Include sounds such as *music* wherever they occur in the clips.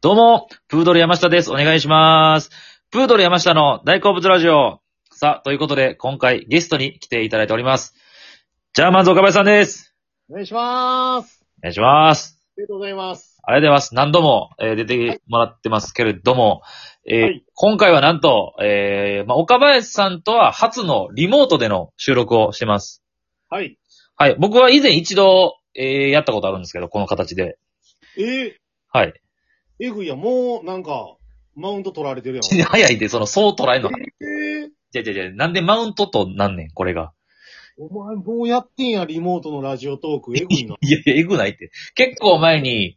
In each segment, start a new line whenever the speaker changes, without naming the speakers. どうも、プードル山下です。お願いします。プードル山下の大好物ラジオ。さあ、ということで、今回ゲストに来ていただいております。ジャーマンズ岡林さんです。
お願いします。
お願いします。
ありがとうございます。
ありがとうございます。何度も、えー出てもらってますけれども、えー
はい
今回はなんと、えーまあ、岡林さんとは初のリモートでの収録をしてます。
はい。
はい。僕は以前一度、えーやったことあるんですけど、この形で。
えー、
はい。 *laughs*
えぐいやん、もう、なんか、マウント取られてるやん。
早いで、その、そう捉えるの。
えー、
じゃじゃじゃなんでマウントとなんねん、これが。。
お前、もうやってんや、リモートのラジオトーク。えぐいな
いやいや、えぐないって。結構前に、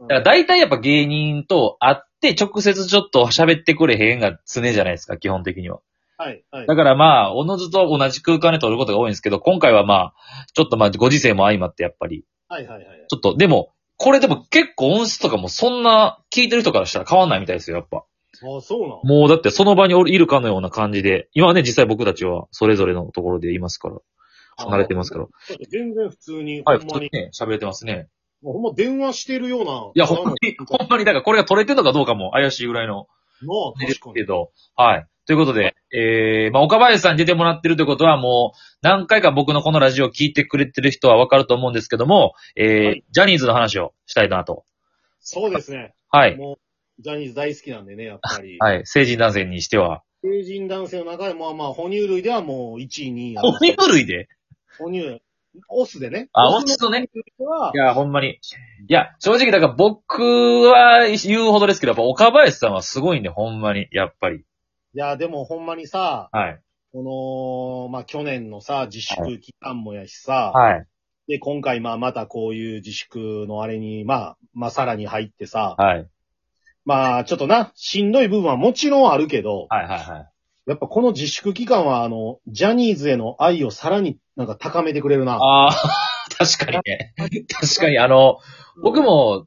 だから大体やっぱ芸人と会って直接ちょっと喋ってくれへんが常じゃないですか、基本的には。
はい、はい
だ。からまあ、おのずと同じ空間で撮ることが多いんですけど、今回はまあ、ちょっとまあ、ご時世も相まってやっぱり、
はい、はい、はい。
ちょっと、でも、これでも結構音質とかもそんな聞いてる人からしたら変わんないみたいですよ、やっぱ。
あ、そうなん。
もうだってその場におるいるかのような感じで、今はね、実際僕たちはそれぞれのところでいますから、離れてますから。
だって全然普通に、
はい、
ほ
普
ん
通
ま
に
に、
ね、喋れてますね。
もうほんま電話してるような。
いや、ほんまに、ほんまに、だからこれが取れてるのかどうかも怪しいぐらいの、
まあ、確か
け *laughs*
に。
ど、はい。ということで、えー、まあ、岡林さんに出てもらってるということは、もう、何回か僕のこのラジオを聞いてくれてる人はわかると思うんですけども、えー
はい
ジャニーズの話をしたいなと。
そうですね。
はい。
もう、ジャニーズ大好きなんでね、やっぱり。
はい。成人男性にしては。
成人男性の中でも、まあ、哺乳類ではもう1位、2位や。
哺乳類で
哺乳、オスでね。
あ、オスのね。、
哺乳類はい
や、ほんまに。いや、正直、だから僕は言うほどですけど、やっぱ岡林さんはすごいんで、ほんまに、やっぱり。
いや、でもほんまにさ、
はい。
この、まあ、去年のさ、自粛期間もやしさ、
はい。
で、今回まあ、またこういう自粛のあれに、まあ、まあ、さらに入ってさ、
はい。
まあ、ちょっとな、しんどい部分はもちろんあるけど、
はい、はい、はい。
やっぱこの自粛期間は、あの、ジャニーズへの愛をさらになんか高めてくれるな。
ああ、 *laughs* 確かにね。確かに、あの、僕、も、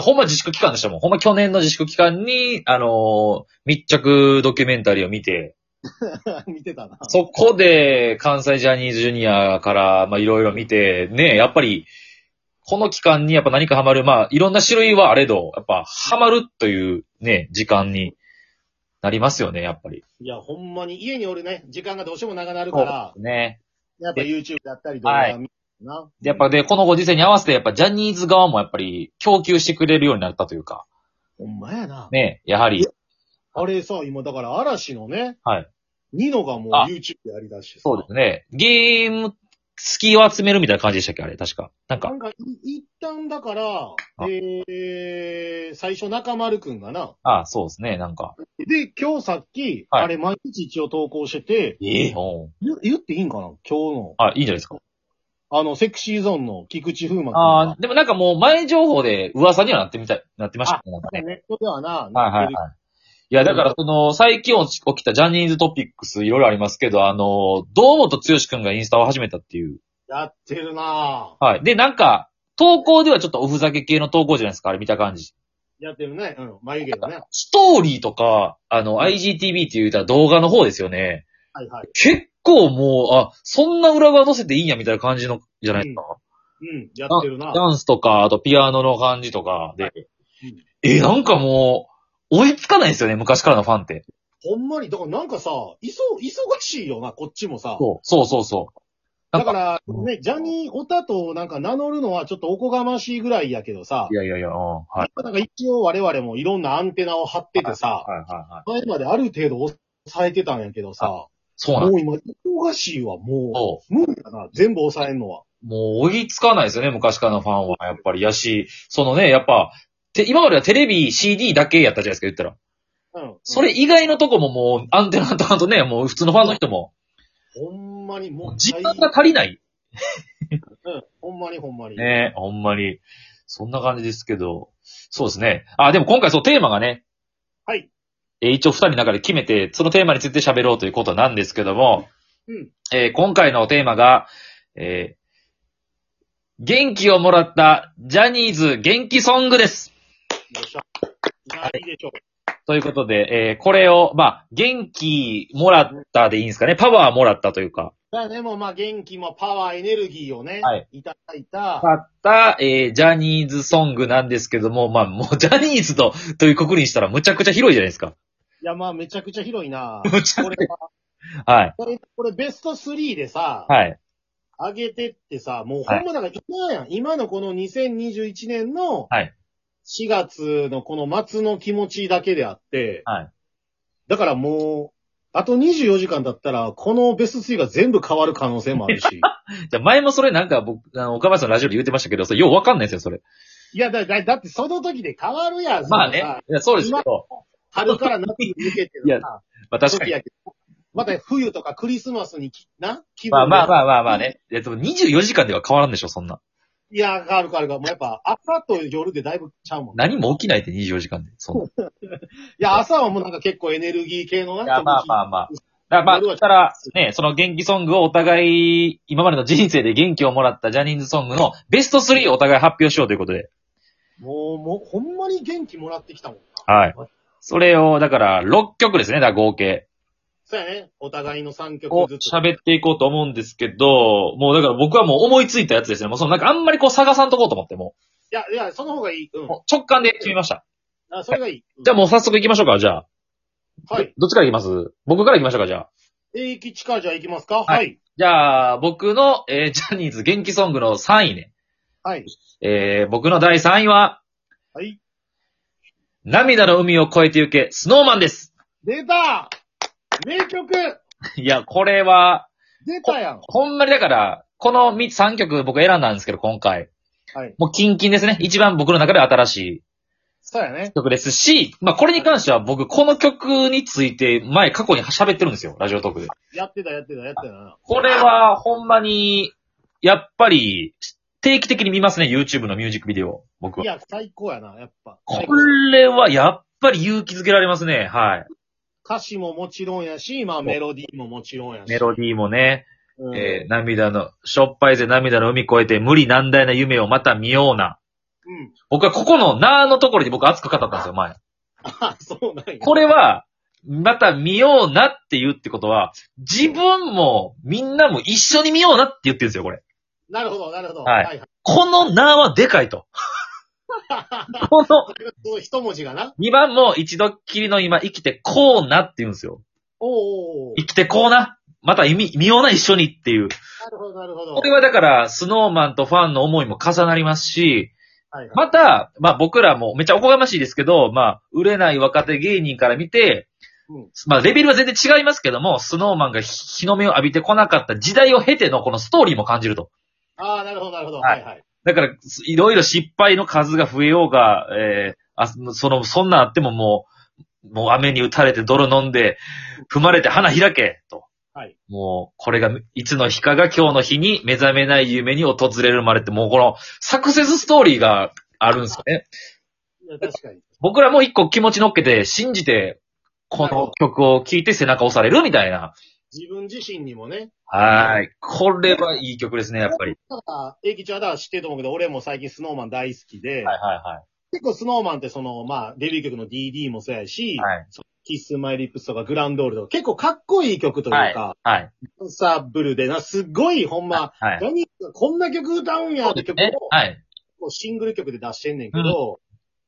ほんま自粛期間でしたもん。ほんま去年の自粛期間に、あのー密着ドキュメンタリーを見て、
*laughs* 見てたな。
そこで関西ジャニーズジュニアから、まあいろいろ見て、ね、やっぱり、この期間にやっぱ何かハマる、まあいろんな種類はあれど、やっぱハマるというね、時間になりますよね、やっぱり。
いや、ほんまに、家におるね、時間がどうしても長なるから、
ね。
やっぱ YouTube だったり動画見てな。
でやっぱで、このご時世に合わせて、やっぱジャニーズ側もやっぱり供給してくれるようになったというか、
ほんまやな。
ね、やはり、
あれさ、今だから嵐のね、
はい。
ニノがもう
あ
YouTube やりだしてさ
そうですね。ゲーム、好きを集めるみたいな感じでしたっけあれ、確か。なん
な
か、
んか、い一旦だから、えー、最初中丸くんがな。
ああそうですね、なんか。
で、今日さっき、
はい
あれ毎日一応投稿してて、
ええおう
ゆ言っていいんかな今日の。
あ、いいんじゃないですか。
あの、セクシーゾーンの菊池風磨くん
ああ
が。
でもなんかもう前情報で噂にはなってみたい、なってましたね。なんかね
ネットではな、
はいはいはい。いや、だからその、最近起きたジャニーズトピックスいろいろありますけど、あの、堂本剛くんがインスタを始めたっていう。
やってるなぁ。
はい。で、なんか、投稿ではちょっとおふざけ系の投稿じゃないですか、あれ見た感じ。
やってるね。うん、眉毛のね。
ストーリーとか、あの、IGTV って言うたら動画の方ですよね。
はいはい。
結構もう、あ、そんな裏側乗せていいんやみたいな感じの、じゃないですか。
うん、やってるな
ダンスとか、あとピアノの感じとかで。
うん
え、なんかもう、追いつかないですよね、昔からのファンって。
ほんまに、だからなんかさ、いそ、忙しいよな、こっちもさ。
そうそうそうそう。な
だ
んか
から、
うん
ね、ジャニーオタとなんか名乗るのはちょっとおこがましいぐらいやけどさ
い、やいやいや、うん、はい。
なんか一応我々もいろんなアンテナを張っててさ、
はいはいはい。
前まである程度抑えてたんやけどさ、
そうなん
も
です
う今忙しいわ、も
よ。
う。無理だな、全部抑えんのは。
もう追いつかないですよね、昔からのファンは。やっぱり、やし、そのね、やっぱ、て今まではテレビ、CD だけやったじゃないですか、言ったら。
うん。
それ以外のとこももう、アンテナとかとね、もう普通のファンの人も、
ほんまにもう、
時間が足りない
うん、ほんまにほんまに。
ねえ、ほんまに。そんな感じですけど。そうですね。あ、でも今回そうテーマがね、
はい。
えー一応二人の中で決めて、そのテーマについて喋ろうということなんですけども、
うん。
えー今回のテーマが、えー元気をもらったジャニーズ元気ソングです。
よっしゃ。まあいいでしょう。
ということで、えーこれを、まあ、元気もらったでいいんですかね。パワーもらったというか。
まあでもまあ元気もパワー、エネルギーをね、
はい、
いただいた、
買った、えー、ジャニーズソングなんですけども、まあ、もうジ *laughs* ャニーズと、という国にしたらむちゃくちゃ広いじゃないですか。
いやまあめちゃくちゃ広
*laughs*
いな
むちゃ
これは、
はい。
これ、これベスト3でさ、
はい。
上げてってさ、もうほんまなんか今やん。今のこの2021年の
はい
4月のこの末の気持ちだけであって、
はい
だからもう、あと24時間だったら、このベスト3が全部変わる可能性もあ
*laughs*
るし。
じゃあ前もそれなんか僕、あの、岡林さんのラジオで言ってましたけど、それようわかんないですよ、それ。
いやだ、だ、だってその時で変わるやん。
まあね。
そのさ
いやそうですけど、
春から夏に向けて
いや
のさ、
まあ確か
時
に。
やけど。また冬とかクリスマスにき、な気分
まあまあま
あ。
あまあまあね。いや、でも24時間では変わらんでしょ、そんな。
いや、変わる変わる変わる。もうやっぱ朝と夜でだいぶちゃうもん。
何も起きないって24時間で。そんな。
いや、朝はもうなんか結構エネルギー系のな。
いや、まあまあまあ。だからまあ、
夜
だ
は
から、ね、その元気ソングをお互い、今までの人生で元気をもらったジャニーズソングのベスト3をお互い発表しようということで。
もう、もう、ほんまに元気もらってきたもんな。
はい。それを、だから、6曲ですね、だから合計。
そうやね。お互いの3
を
曲ずつ。
喋っていこうと思うんですけど、もうだから僕はもう思いついたやつですね。もうそのなんかあんまりこう探さんとこうと思って、も
いや、いや、その方がいい。う。
うんもう直感で決めました。
あそれがいい。うん
じゃあもう早速行きましょうか、じゃあ。
はい。
どっちから行きます僕から行きましょうか、じゃあ。
えいきちかじゃあ行きますかはい。
じゃあ、僕の、えージャニーズ元気ソングの3位ね。
はい。
えー、僕の第3位は、
はい。
涙の海を越えて行け、スノーマンです。
出た名曲
いや、これは、
出たやん。
ほんまにだから、この3曲僕選んだんですけど、今回。
はい。
もうキンキンですね。一番僕の中で新しい
そうやね。
曲ですし、まあ、これに関しては僕、この曲について前、過去に喋ってるんですよ、ラジオトークで。
やってた、やってた、やってたな。
これは、ほんまに、やっぱり、定期的に見ますね、YouTube のミュージックビデオ、僕
い
は。
や、最高やな、やっぱ。
こ
最高
れは、やっぱり勇気づけられますね、はい。
歌詞ももちろんやし、まあメロディーももちろんやし。
メロディーもね、
うん
えー涙の、しょっぱいぜ涙の海越えて無理難題な夢をまた見ような。
うん。 *laughs*
僕はここのなーのところで僕熱く語ったんですよ、前。
あ、そうなんや。
これは、また見ようなって言うってことは、自分もみんなも一緒に見ようなって言ってるんですよ、これ。
なるほど、なるほど。
はい
はい。
このなはでかいと。この
これがその一文字がな。
2番も一度っきりの今生きてこうなって言うんですよ。
おーおーおー
生きてこうな。また意味見ような一緒にっていう。
なるほど、なるほど。
これはだから、スノーマンとファンの思いも重なりますし、
はいはい。
また、まあ僕らもめっちゃおこがましいですけど、まあ売れない若手芸人から見て、
うん
まあレベルは全然違いますけども、スノーマンが日の目を浴びてこなかった時代を経てのこのストーリーも感じると。
ああ、なるほど、なるほど。
は
はいいはい。
だから、すいろいろ失敗の数が増えようが、えーあその、そんなんあってももう、もう雨に打たれて泥飲んで、踏まれて花開け、と。
はい
もう、これが、いつの日かが今日の日に目覚めない夢に訪れるまでって、もうこの、サクセスストーリーがあるんですよね。
いや確かに。
僕らも一個気持ち乗っけて、信じて、この曲を聴いて背中押されるみたいな。
自分自身に
*laughs*
もね。
はい。これはいい曲ですね、やっぱり。
だから、英吉はだから知ってると思うけど、俺も最近スノーマン大好きで、
はいは
結構スノーマンってその、まあ、デビュー曲の DD もそうやし、
いはい。はい。
キスマイリップスとかグランドールとか、結構かっこいい曲というか、
はい。
ダンサブルでな、すっごいほんま、
はい。
何がこんな曲歌うんやって曲
え
を、
はい。
こうシングル曲で出してんねんけど、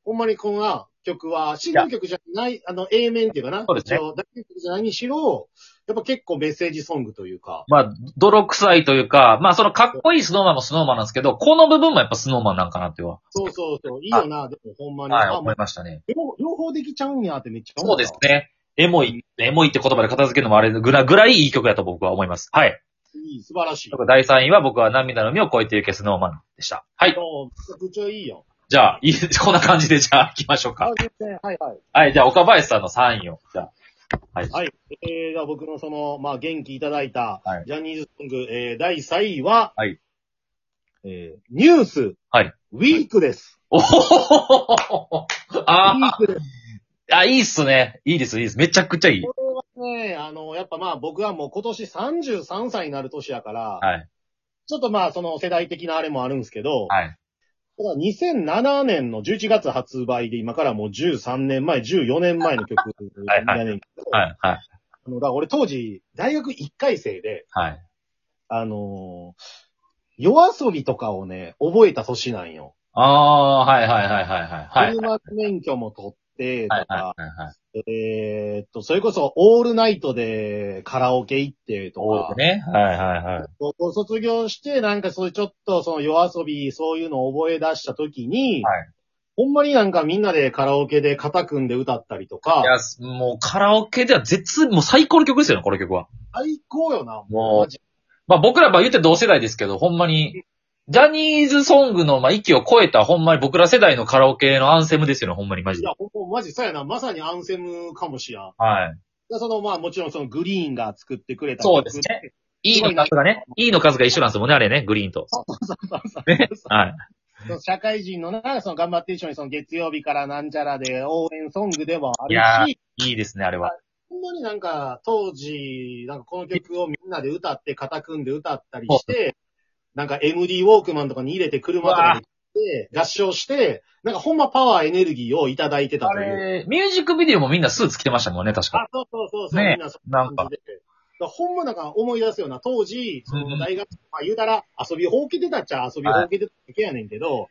ほんまにこんな曲は、シングル曲じゃない、あの、A 面っていうかな、
そうですね
一応、大曲じゃないにしろ、やっぱ結構メッセージソングというか、
まあ、泥臭いというか、まあ、そのかっこいいスノーマンもスノーマンなんですけど、この部分もやっぱスノーマンなんかなっては、
そうそうそう、いいよな、でもほんまに。
はい、
あも
思
う
いましたね。
両両方できちゃうんやってめっちゃ
そ
思
う
った
ですね。エモい、エモいって言葉で片付けるのもあれぐらぐらいいい曲だと僕は思います。はい。
いい、素晴らしい。
第3位は僕は涙の海を越えてゆけスノーマンでした。はい。
もうめちゃくちゃいいよ。
じゃあ、いいこんな感じでじゃあ行きましょうか
あ。全然はいはい。
はい、じゃあ岡林さんの3位を。じゃあ。はい。
はい。えー、じゃあ僕のその、まあ、元気いただいた
はい、
ジャニーズソング、えー、第3位は、
はい。
えー、ニュース、
はい。
ウィークです。
おほほほほほ
ウ
*laughs* あ
ィークです。
ーあ、いいっすね。いいです、いいです。めちゃくちゃいい。
これはね、あの、やっぱまあ僕はもう今年33歳になる年やから、
はい。
ちょっとまあその世代的なあれもあるんですけど、
はい。
これは2007年の11月発売で今からもう13年前、14年前の曲
*laughs* はいはい
やねんけど、
はい。はい。
あの、だから俺当時、大学1回生で、
はい。
あのー夜遊びとかをね、覚えた年なんよ。
ああー、はいはいはいはいはい。はい。
車免許も取って、とか、
はいはいはいはい。
えーっと、それこそオールナイトでカラオケ行って、と
多
か
く、ね。はいはいはい。
高校卒業して、なんかそういうちょっとその夜遊び、そういうのを覚え出した時に、
はい
ほんまになんかみんなでカラオケで肩組んで歌ったりと
い
か、
や、もうカラオケでは絶、もう最高の曲ですよね、この曲は。
最高よな、
もう
マジ
まあ僕らまあ言って同世代ですけど、ほんまに、ジャニーズソングのまあ域を超えたほんまに僕ら世代のカラオケのアンセムですよね、ほんまにマジ
い
で
や。、ほんまマジそうやな、まさにアンセムかもしやん。
はい。
でその、まあもちろんそのグリーンが作ってくれた
そうですね。E の数がね、E の数が一緒なんですもんね、あれね、グリーンと。ねはい。
*laughs* その社会人のな、その頑張って一緒にその月曜日からなんちゃらで応援ソングでも
いや
あるし、
いいですね、あれは。
ほんまになんか当時、なんかこの曲をみんなで歌って、肩組んで歌ったりして、なんか MD ウォークマンとかに入れて車とかに行って、合唱して、なんかほんまパワーエネルギーをいただいてた
あ
という。
れ、ミュージックビデオもみんなスーツ着てましたもんね、確か。
あ、そうそうそうそう、
ね
みんなそんな感じで。だからほんまなんか思い出すような、当時、そ
うんう
の
ん
大学、まあ言うたら遊びほうけてたっちゃ遊びほうけてただけやねんけど、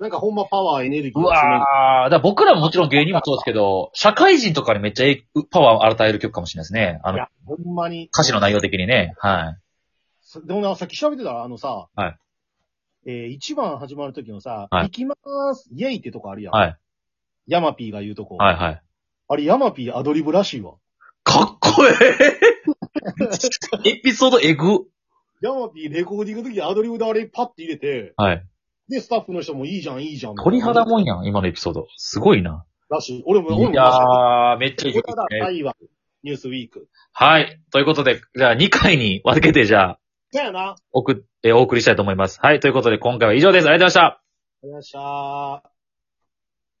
なんかほんまパワーエネルギー
う
を詰める。
わー、だから僕らももちろん芸人もそうですけど、社会人とかにめっちゃえいパワーを与える曲かもしれないですね。あ
い
の、
や、ほんまに。
歌詞の内容的にね。はい。
そでもな、さっき調べてたら、あのさ、
はい
えー、一番始まる時のさ、
はい
行きまーす、イェイってとこあるやん。
はい。
ヤマピーが言うとこ。
はいはい。
あれ、ヤマピーアドリブらしいわ。
かっこえ *laughs* えエピソードエグ。
ヤマピーレコーディングの時アドリブであれパッて入れて、
はい。
で、スタッフの人もいいじゃん、いいじゃん。
鳥肌もんやん、今のエピソード。すごいな。
らしい。俺も、俺も
いやー、めっちゃいい
鳥
曲
肌
ですね。
愛は、ニュースウィーク。
はい。ということで、じゃあ2回に分けて、じゃあ、
だよな。
おく、えーお送りしたいと思います。はい。ということで、今回は以上です。ありがとうございました。
よっしゃー。